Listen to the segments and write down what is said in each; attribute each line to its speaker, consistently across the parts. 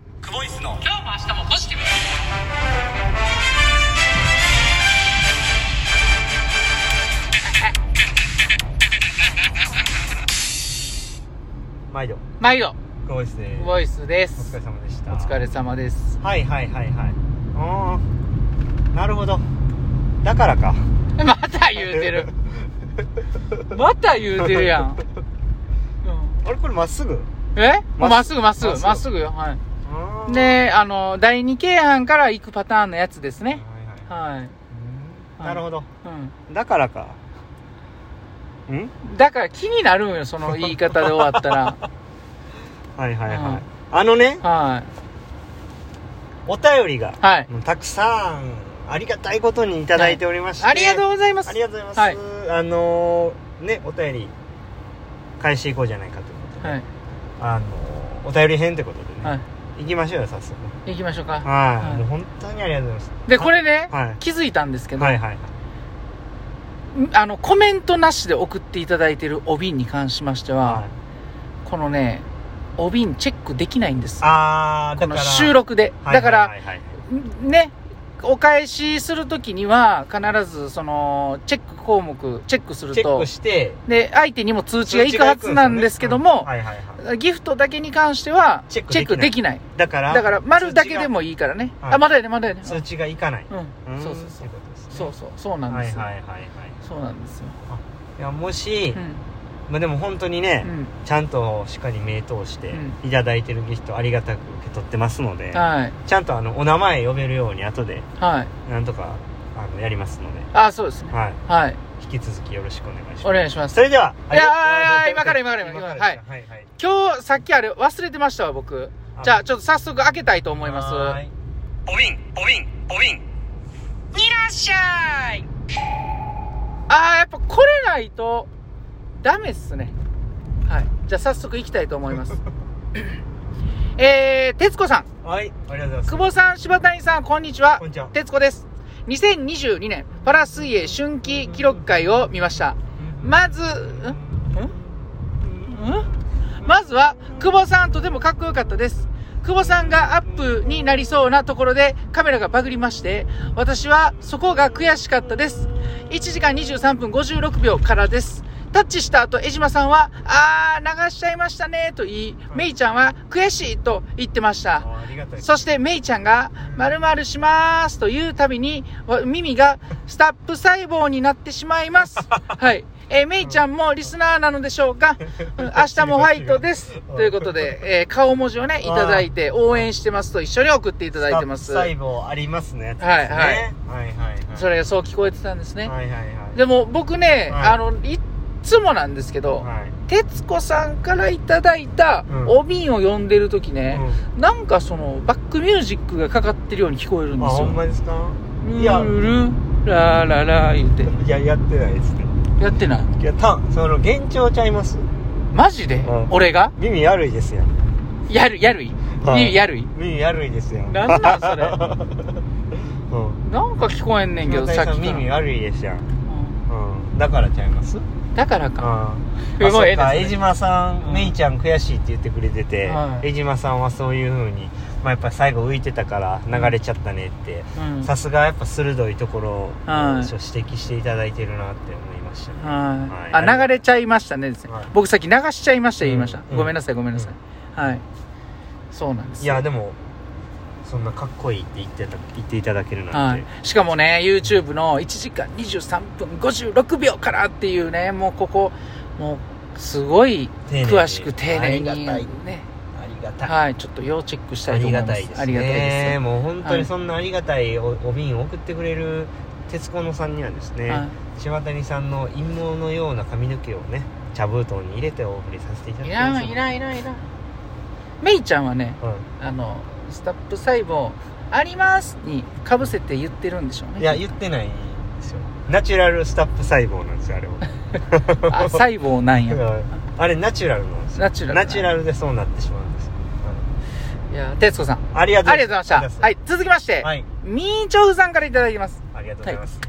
Speaker 1: の
Speaker 2: 今日も明日もポジティブ
Speaker 1: 毎度
Speaker 2: 毎度
Speaker 1: こうですね
Speaker 2: ボイスで
Speaker 1: お疲
Speaker 2: す
Speaker 1: れ様でした
Speaker 2: お疲れ様です
Speaker 1: はいはいはいはいああなるほどだからか
Speaker 2: また言うてるまた言うてるや ん、う
Speaker 1: あれこれまっすぐ
Speaker 2: ん、え
Speaker 1: まっ
Speaker 2: まっすぐまっすぐ
Speaker 1: ま
Speaker 2: ま
Speaker 1: っ
Speaker 2: っ
Speaker 1: す
Speaker 2: すぐよはい
Speaker 1: あー
Speaker 2: であの第2京阪から行くパターンのやつですね
Speaker 1: はいはい
Speaker 2: はい、
Speaker 1: うんなるほど
Speaker 2: う
Speaker 1: だからかうん
Speaker 2: ん、だから気になるんよその言い方で終わった ら
Speaker 1: はいはいはい、
Speaker 2: うん
Speaker 1: あのね
Speaker 2: は
Speaker 1: お便りが
Speaker 2: いはい
Speaker 1: もうたくさんありがたいことにいただいておりまして、
Speaker 2: ありがとうございます
Speaker 1: ありがとうござ
Speaker 2: はいい
Speaker 1: ます、あのーねお便り返していこうじゃないかということで、
Speaker 2: はい
Speaker 1: あのーお便り編ということでね、
Speaker 2: はい
Speaker 1: 行きましょうよ早速
Speaker 2: 行きましょうか
Speaker 1: はい、
Speaker 2: はい
Speaker 1: もう本当にありがとうございます
Speaker 2: でこれね、
Speaker 1: はい
Speaker 2: 気づいたんですけど、
Speaker 1: はいはい
Speaker 2: あのコメントなしで送っていただいてるお瓶に関しましては、
Speaker 1: はい
Speaker 2: このねお瓶チェックできないんです
Speaker 1: あー
Speaker 2: こ
Speaker 1: だ
Speaker 2: の
Speaker 1: から
Speaker 2: 収録で、
Speaker 1: はい
Speaker 2: だから、
Speaker 1: はいはいはい
Speaker 2: ねお返しするときには必ずそのチェック項目チェックする
Speaker 1: チェッ
Speaker 2: と
Speaker 1: クして
Speaker 2: で相手にも通知がいくはずなんですけど
Speaker 1: うん
Speaker 2: も、
Speaker 1: はいはいはい
Speaker 2: ギフトだけに関しては
Speaker 1: チ
Speaker 2: チ
Speaker 1: ェ
Speaker 2: ェ
Speaker 1: ックできない
Speaker 2: ックできな
Speaker 1: だ
Speaker 2: い
Speaker 1: から
Speaker 2: だから丸だけでもいいからね、
Speaker 1: はい
Speaker 2: あまだやねまだやね
Speaker 1: 通知が通知がいかない
Speaker 2: うん、
Speaker 1: ん
Speaker 2: そうそうそ
Speaker 1: っていうことですね
Speaker 2: うそうそうそうなん
Speaker 1: は
Speaker 2: で
Speaker 1: い
Speaker 2: すよ、
Speaker 1: はいはいはい
Speaker 2: そうなんですよ、
Speaker 1: いやもし、
Speaker 2: うん
Speaker 1: まあ、でも本当にね、
Speaker 2: うん
Speaker 1: ちゃんとしっかり目通していただいてるギフトありがたく受け取ってますので、
Speaker 2: はい
Speaker 1: ちゃんとあのお名前呼べるように後で
Speaker 2: はい
Speaker 1: なんとかあのやりますので、
Speaker 2: あそうですね
Speaker 1: はい、
Speaker 2: はい
Speaker 1: 引き続きよろしくお願いします
Speaker 2: お願いします
Speaker 1: それではい
Speaker 2: や
Speaker 1: ありが
Speaker 2: ー
Speaker 1: とうございます
Speaker 2: 今から今から今から
Speaker 1: ですかはいはい
Speaker 2: 今日さっきあれ忘れてましたわ僕じゃあちょっと早速開けたいと思います
Speaker 1: はいおびんおびんおびん
Speaker 2: いらっしゃいあーやっぱこれないとダメっすねはいじゃあ早速行きたいと思いますえー、徹子さん
Speaker 1: はいありがとうございます
Speaker 2: 久保さん柴谷さんこんにちは
Speaker 1: こんにちは
Speaker 2: 徹子です2022年パラ水泳春季記録会を見ましたまずんんまずは久保さんとてもかっこよかったです久保さんがアップになりそうなところでカメラがバグりまして私はそこが悔しかったです1時間23分56秒からですタッチした後江島さんは「あー流しちゃいましたね」と言いメイちゃんは「悔しい」と言ってました
Speaker 1: あありがたい
Speaker 2: そしてメイちゃんが、まるまるしますというたびに、わ耳がスタップ細胞になってしま います。はい。えーメイちゃんもリスナーなのでしょうかう ん明日もファイトです。ということで、えー顔文字をね、いただいて、応援してますと一緒に送っていただいてます。
Speaker 1: 細胞ありますね
Speaker 2: はいはい
Speaker 1: はいはいはい
Speaker 2: それがそう聞こえてたんですね。
Speaker 1: はいはいはい
Speaker 2: でも僕ね、
Speaker 1: はい
Speaker 2: あの、いっつもなんですけど、
Speaker 1: はい
Speaker 2: 徹子さんからいただいた
Speaker 1: うん
Speaker 2: お瓶を読んでるときね、
Speaker 1: う
Speaker 2: なんかその、バックミュージックがかかってるように聞こえるん
Speaker 1: ん
Speaker 2: で
Speaker 1: あ
Speaker 2: す
Speaker 1: ほ
Speaker 2: よ。
Speaker 1: んまですかい
Speaker 2: い
Speaker 1: や
Speaker 2: やルラララ言って
Speaker 1: いややってないですね
Speaker 2: やってない
Speaker 1: いやたその幻聴ちゃいます
Speaker 2: マジで、
Speaker 1: うん
Speaker 2: 俺が
Speaker 1: 耳やるいですやん
Speaker 2: やるやるい、
Speaker 1: はい
Speaker 2: やるい
Speaker 1: 耳やるいですやん
Speaker 2: なんなんそれ
Speaker 1: うん
Speaker 2: なんか聞こえんねんけど
Speaker 1: 大
Speaker 2: さっ
Speaker 1: さ
Speaker 2: き
Speaker 1: ん
Speaker 2: から
Speaker 1: 耳悪いですやん、
Speaker 2: うん
Speaker 1: うん、だからちゃいます
Speaker 2: だから
Speaker 1: うん
Speaker 2: か、
Speaker 1: あ
Speaker 2: すごい
Speaker 1: そっか
Speaker 2: 絵ですね
Speaker 1: 江島さん、
Speaker 2: うん
Speaker 1: めいちゃん悔しいって言ってくれてて、
Speaker 2: はい
Speaker 1: 江島さんはそういうふうに、まあ、やっぱ最後浮いてたから流れちゃったねって
Speaker 2: うん
Speaker 1: さすがやっぱ鋭いところを、
Speaker 2: はい
Speaker 1: 指摘していただいてるなって思いましたね
Speaker 2: はい、
Speaker 1: はい
Speaker 2: あ流れちゃいましたねですね、
Speaker 1: はい
Speaker 2: 僕さっき流しちゃいました言いました、
Speaker 1: うん
Speaker 2: ごめんなさいごめんなさい、はいそうなんです
Speaker 1: いやでもそんなかっこいいって言ってた言っていただけるなん
Speaker 2: は
Speaker 1: て、
Speaker 2: い、しかもね YouTube の1時間23分56秒からっていうねもうここもうすごい
Speaker 1: 丁寧に
Speaker 2: 詳しく丁寧に
Speaker 1: ありがたい
Speaker 2: ね
Speaker 1: ありがたい、
Speaker 2: はい、ちょっと要チェックした
Speaker 1: あ
Speaker 2: いと
Speaker 1: り
Speaker 2: 思い
Speaker 1: が
Speaker 2: ま
Speaker 1: た
Speaker 2: す。
Speaker 1: いですね
Speaker 2: ありがたいです。
Speaker 1: もう本当
Speaker 2: は
Speaker 1: に
Speaker 2: い
Speaker 1: そんなありがたいおお瓶を送ってくれる徹子のさんにはですね、
Speaker 2: は
Speaker 1: 柴谷さんの陰謀のような髪の毛をね茶封筒に入れてお送りさせていただ
Speaker 2: い、い
Speaker 1: き
Speaker 2: ら
Speaker 1: ます
Speaker 2: ん、いらん、いらん、いらん。メイちゃんはね、
Speaker 1: う、
Speaker 2: あの、スタップ細胞、ありますにかぶせて言ってるんでしょうんね。
Speaker 1: いや言ってないんですよナチュラルスタップ細胞なんですよあれは
Speaker 2: あ、細胞な んや。
Speaker 1: あれナチュラルなんですよ
Speaker 2: ナチュラルな
Speaker 1: ナチュラルでそうなってしまうんですよ、
Speaker 2: いや、徹子さん、
Speaker 1: うんありがとう
Speaker 2: ありがとうございました。はいい、続きまして、
Speaker 1: はい
Speaker 2: みーちょふさんからいただきます。
Speaker 1: ありがとうございます、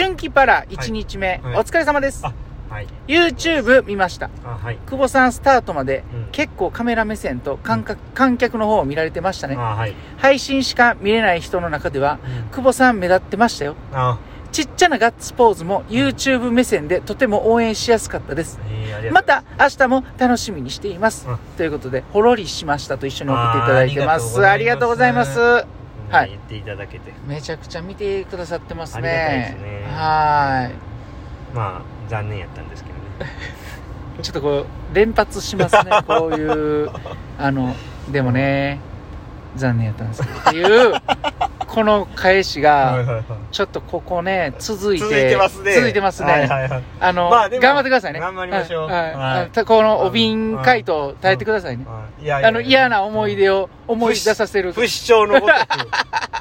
Speaker 2: 春季パラ1日目、
Speaker 1: はいはい
Speaker 2: お疲れ様です。
Speaker 1: あはい
Speaker 2: YouTube 見ました。
Speaker 1: あはい
Speaker 2: 久保さんスタートまで
Speaker 1: うん
Speaker 2: 結構カメラ目線と観客観客の方を見られてましたね。
Speaker 1: あはい、
Speaker 2: 配信しか見れない人の中では、久保さん目立ってましたよ。
Speaker 1: あ
Speaker 2: ちっちゃなガッツポーズも YouTube 目線でとても応援しやすかったです。
Speaker 1: えー、ありが
Speaker 2: ま
Speaker 1: とう
Speaker 2: た明日も楽しみにしています
Speaker 1: うん。
Speaker 2: ということで、ほろりしましたと一緒に送っていただいてます。
Speaker 1: あー
Speaker 2: あ
Speaker 1: あ
Speaker 2: り
Speaker 1: り
Speaker 2: が
Speaker 1: が
Speaker 2: と
Speaker 1: とう
Speaker 2: うご
Speaker 1: ご
Speaker 2: ざ
Speaker 1: ざ
Speaker 2: い
Speaker 1: い
Speaker 2: ま
Speaker 1: ますす。
Speaker 2: はい
Speaker 1: 言っていただけて
Speaker 2: めちゃくちゃ見てくださってます
Speaker 1: ありがたいです
Speaker 2: ね。
Speaker 1: ね
Speaker 2: は
Speaker 1: まあ残念やったんですけどね
Speaker 2: ーい。ちょっとこう、連発 しますね。こういう、あの、でもね、残念やったんですけどっていう、 この返しが、
Speaker 1: はい
Speaker 2: ちょっとここね、続いて、
Speaker 1: 続いてますね
Speaker 2: 続いてますね。
Speaker 1: はいはいはい
Speaker 2: あの、
Speaker 1: まあでも
Speaker 2: 頑張ってくださいね。
Speaker 1: 頑張りましょう
Speaker 2: はい
Speaker 1: はい
Speaker 2: あのたこのお瓶回答耐えてくださいね。
Speaker 1: はいいやいや
Speaker 2: あの、嫌な思い出を思い出させる。
Speaker 1: 不死鳥のごとく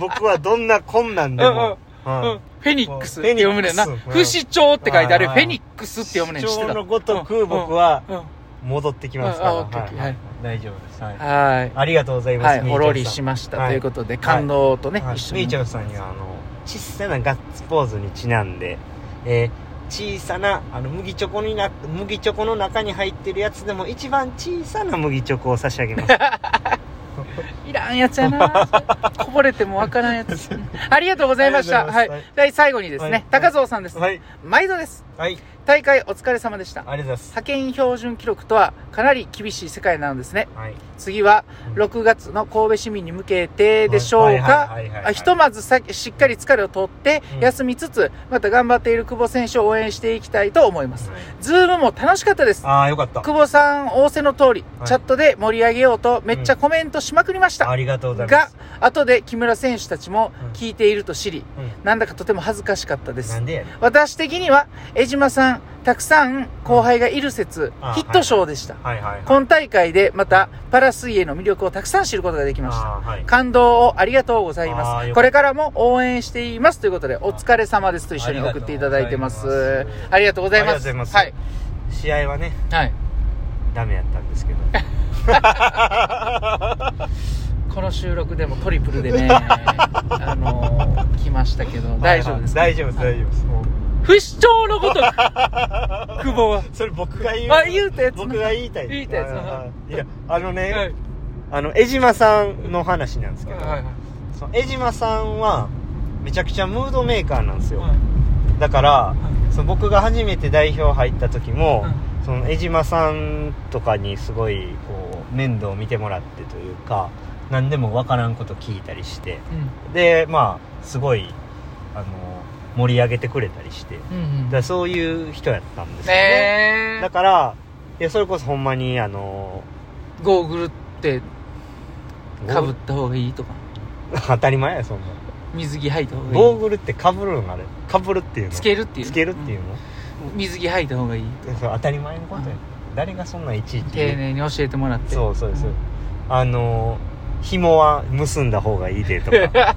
Speaker 1: 僕はどんな困難でも、
Speaker 2: うん
Speaker 1: はい
Speaker 2: フェニックスって読むねんな。
Speaker 1: フェニックス
Speaker 2: 不死鳥って書いてある。フ
Speaker 1: はいはい
Speaker 2: ェニックスって読むねん。知
Speaker 1: 不
Speaker 2: って
Speaker 1: 死
Speaker 2: た
Speaker 1: 鳥のごと
Speaker 2: う
Speaker 1: く
Speaker 2: ん
Speaker 1: 僕は
Speaker 2: うんは
Speaker 1: 戻ってきますか
Speaker 2: あ
Speaker 1: ら、
Speaker 2: オッケーオッケーはい
Speaker 1: 大丈夫です、はい
Speaker 2: ーい。
Speaker 1: ありがとうございます、
Speaker 2: はい、
Speaker 1: みーちゃん
Speaker 2: ほろりしました。
Speaker 1: はい
Speaker 2: ということで、感動とね、
Speaker 1: はい、
Speaker 2: 一緒
Speaker 1: み
Speaker 2: に
Speaker 1: ーち。ゃんさんにはあの小さなガッツポーズにちなんで、えー小さなあの麦チョコにな麦チョコの中に入ってるやつでも一番小さな麦チョコを差し上げます
Speaker 2: いらんやつ やな。こぼれてもわからんやつ。ありがとうございました。
Speaker 1: あり
Speaker 2: は
Speaker 1: がとうござい
Speaker 2: い
Speaker 1: ます。
Speaker 2: で最後にです
Speaker 1: はい
Speaker 2: ね、高蔵さんです。
Speaker 1: はい
Speaker 2: 毎度です。
Speaker 1: はい
Speaker 2: 大会お疲れ様でした。
Speaker 1: ありがとうございます
Speaker 2: 派遣標準記録とはかなり厳しい世界なのですね。
Speaker 1: はい
Speaker 2: 次は
Speaker 1: うん
Speaker 2: 6月の神戸市民に向けてでしょ
Speaker 1: は
Speaker 2: うか。
Speaker 1: いはいはいはいはい
Speaker 2: あひとまずさしっかり疲れを取って
Speaker 1: うん
Speaker 2: 休みつつ、また頑張っている久保選手を応援していきたいと思います。ズームも楽しかったです。
Speaker 1: ああよかった
Speaker 2: 久保さん仰せの通り、
Speaker 1: はい
Speaker 2: チャットで盛り上げようとめっちゃコメントしまくりました。
Speaker 1: ありがとうございま
Speaker 2: が
Speaker 1: す、
Speaker 2: 後で木村選手たちも
Speaker 1: うん
Speaker 2: 聞いていると知り、
Speaker 1: うん
Speaker 2: なんだかとても恥ずかしかったです
Speaker 1: な。んでやねん
Speaker 2: 私的には江島さんたくさん後輩がいる説、
Speaker 1: あ
Speaker 2: ヒット賞でした、
Speaker 1: はいはいはい
Speaker 2: 今大会でまたパラ水泳の魅力をたくさん知ることができました
Speaker 1: あーはい
Speaker 2: 感動をありがとうござい
Speaker 1: あーよ
Speaker 2: ま
Speaker 1: かっ
Speaker 2: す
Speaker 1: た
Speaker 2: これからも応援していますということでお疲れ様ですと一緒に送っていただいてますあ
Speaker 1: あ
Speaker 2: りがとうございます
Speaker 1: ありがとうご
Speaker 2: は
Speaker 1: ざい
Speaker 2: い
Speaker 1: ま、試合はね
Speaker 2: はい、
Speaker 1: ダメやったんですけど
Speaker 2: この収録でもトリプルでねあのー来ましたけど 大丈夫ですか
Speaker 1: 大丈夫です大丈夫ですもう
Speaker 2: 不死鳥のごとく久保は
Speaker 1: それ僕が言う
Speaker 2: あ言うたやつな
Speaker 1: 僕が言いたい
Speaker 2: 言いたやつな
Speaker 1: はいいやあのね、
Speaker 2: はい
Speaker 1: あの江島さんの話なんですけど、
Speaker 2: はいはい
Speaker 1: その江島さんはめちゃくちゃムードメーカーなんですよ、
Speaker 2: はい
Speaker 1: だからその僕が初めて代表入った時も、
Speaker 2: う
Speaker 1: その江島さんとかにすごいこう面倒を見てもらってというか何でも分からんこと聞いたりしてでまあすごいあの盛り上げてくれたりして
Speaker 2: うんうん
Speaker 1: だからそういう人やったんですよね
Speaker 2: ねえ
Speaker 1: だからいやそれこそほんまにあの
Speaker 2: ゴーグルってかぶった方がいいとか
Speaker 1: 当たり前やそんな
Speaker 2: 水着履いた方がいい
Speaker 1: ゴーグルってかぶるのあれかぶるっていうの
Speaker 2: つけるっていう
Speaker 1: つけるっていうの、
Speaker 2: うん水着履いた方がいい
Speaker 1: そう当たり前のことや誰がそんなんいちいち
Speaker 2: 丁寧に教えてもらって
Speaker 1: そうそうそうあの紐は結んだ方がいいでとか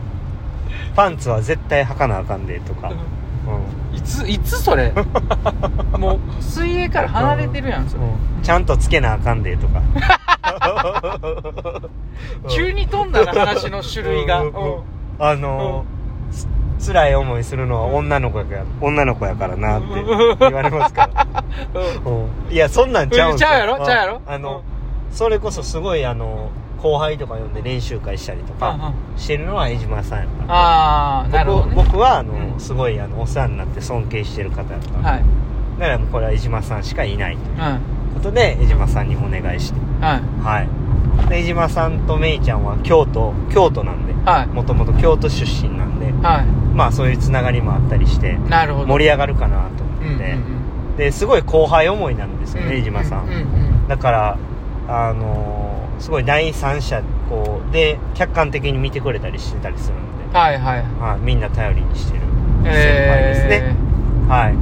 Speaker 1: パンツは絶対履かなあかんでとか、うん
Speaker 2: いついつそ れもう水泳から離れてるやんそれ
Speaker 1: うんちゃんとつけなあかんでと か
Speaker 2: 急に飛んだな話の種類が
Speaker 1: う
Speaker 2: うんん
Speaker 1: うんあのーつ辛い思いするのは女の子やから女の子やからなって言われます から、うんいやそんなんちゃうんすよ
Speaker 2: ちゃうやろちゃうやろ
Speaker 1: あのそれこそすごいあの後輩とか呼んで練習会したりとか
Speaker 2: あ
Speaker 1: してるのは江島さんやから
Speaker 2: あーなるほど
Speaker 1: 僕
Speaker 2: ね
Speaker 1: 僕はあの、
Speaker 2: うん
Speaker 1: すごいあのお世話になって尊敬してる方やから、
Speaker 2: はい
Speaker 1: だからもうこれは江島さんしかいないという
Speaker 2: は
Speaker 1: ことで江島さんにお願いして
Speaker 2: いはい
Speaker 1: はいで江島さんとめいちゃんは京都京都なんで
Speaker 2: は
Speaker 1: もともと京都出身なんで
Speaker 2: いは
Speaker 1: まあそういうつながりもあったりして
Speaker 2: いなるほど
Speaker 1: 盛り上がるかなと思
Speaker 2: うんうん
Speaker 1: って、ですごい後輩思いなんです
Speaker 2: う
Speaker 1: よ
Speaker 2: ん
Speaker 1: ね江島さ
Speaker 2: うん
Speaker 1: ん、
Speaker 2: うん
Speaker 1: だからあのーすごい第三者こうで客観的に見てくれたりしてたりするんで、
Speaker 2: はいはい
Speaker 1: はい、みんな頼りにしてる先輩です
Speaker 2: え
Speaker 1: ね、はい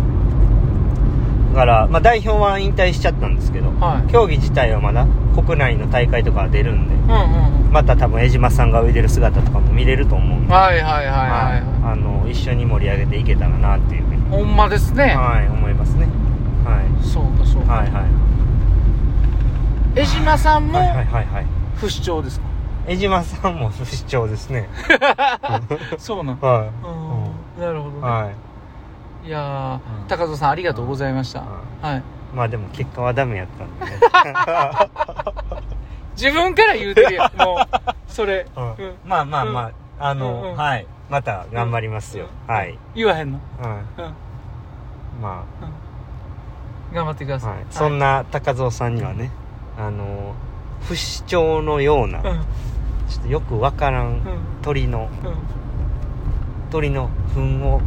Speaker 1: だから、まあ、代表は引退しちゃったんですけど
Speaker 2: ーはい
Speaker 1: 競技自体はまだ国内の大会とかは出るんで
Speaker 2: うんうんうん
Speaker 1: また多分江島さんが泳いでる姿とかも見れると思うんで
Speaker 2: はいはいはいはいはい
Speaker 1: あの一緒に盛り上げていけたらなっていうふうに、
Speaker 2: ほんまですね、
Speaker 1: はい、思いますね、は
Speaker 2: そうかそう
Speaker 1: い、
Speaker 2: か、
Speaker 1: はいはい
Speaker 2: 江島さんも
Speaker 1: はいはいはいはい
Speaker 2: 不死 鳥ですか、
Speaker 1: 江島さんも不 死鳥ですね
Speaker 2: そうなん
Speaker 1: は
Speaker 2: なるほどね、
Speaker 1: いは
Speaker 2: いやー、
Speaker 1: うん
Speaker 2: 高蔵さんありがとうございました、
Speaker 1: う
Speaker 2: はい
Speaker 1: まあでも結果はダメやったんでね、
Speaker 2: 自分から言うてるやんもうそれ、
Speaker 1: うん
Speaker 2: うん
Speaker 1: まあまあまあ、あの、
Speaker 2: うんうん
Speaker 1: はいまた頑張りますよ、はい、
Speaker 2: 言わへんの、
Speaker 1: うん、
Speaker 2: うんうん、
Speaker 1: ま
Speaker 2: 頑張ってくだ
Speaker 1: あ、
Speaker 2: さい、
Speaker 1: はい、そんな高蔵さんにはねあの不死鳥のような
Speaker 2: うん
Speaker 1: ちょっとよくわから
Speaker 2: うん
Speaker 1: ん鳥の
Speaker 2: うん
Speaker 1: 鳥の糞を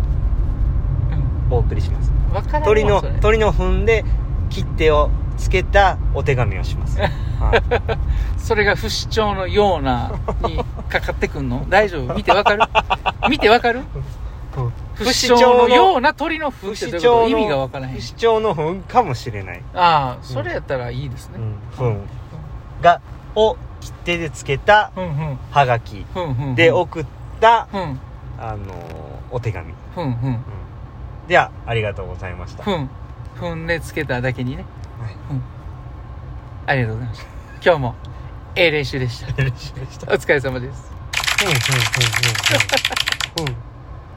Speaker 2: うん
Speaker 1: お送りします
Speaker 2: わからんわ
Speaker 1: 鳥の
Speaker 2: それ
Speaker 1: 鳥の糞で切手をつけたお手紙をします、はい
Speaker 2: それが不死鳥のようなにかかってくんの大丈夫見てわかる見てわかる不死鳥のような鳥の
Speaker 1: 不
Speaker 2: 糞って
Speaker 1: 死
Speaker 2: どう
Speaker 1: 鳥
Speaker 2: いうこと
Speaker 1: の
Speaker 2: 意味がわからへん
Speaker 1: 不死鳥の糞かもしれない、
Speaker 2: ああそれやったらいいです
Speaker 1: う
Speaker 2: ね、
Speaker 1: ん、糞がを切手でつけた
Speaker 2: うん、うん
Speaker 1: はがき
Speaker 2: ふんふん
Speaker 1: で送った、
Speaker 2: うん
Speaker 1: あのお手紙、うん、
Speaker 2: ふんふん
Speaker 1: ではありがとうございました、
Speaker 2: ふんふんでつけただけにね
Speaker 1: はい
Speaker 2: ありがとうございました今日もええ練習でした
Speaker 1: 嬉しいでした
Speaker 2: お疲れ様です
Speaker 1: うんうんうんうんうんうん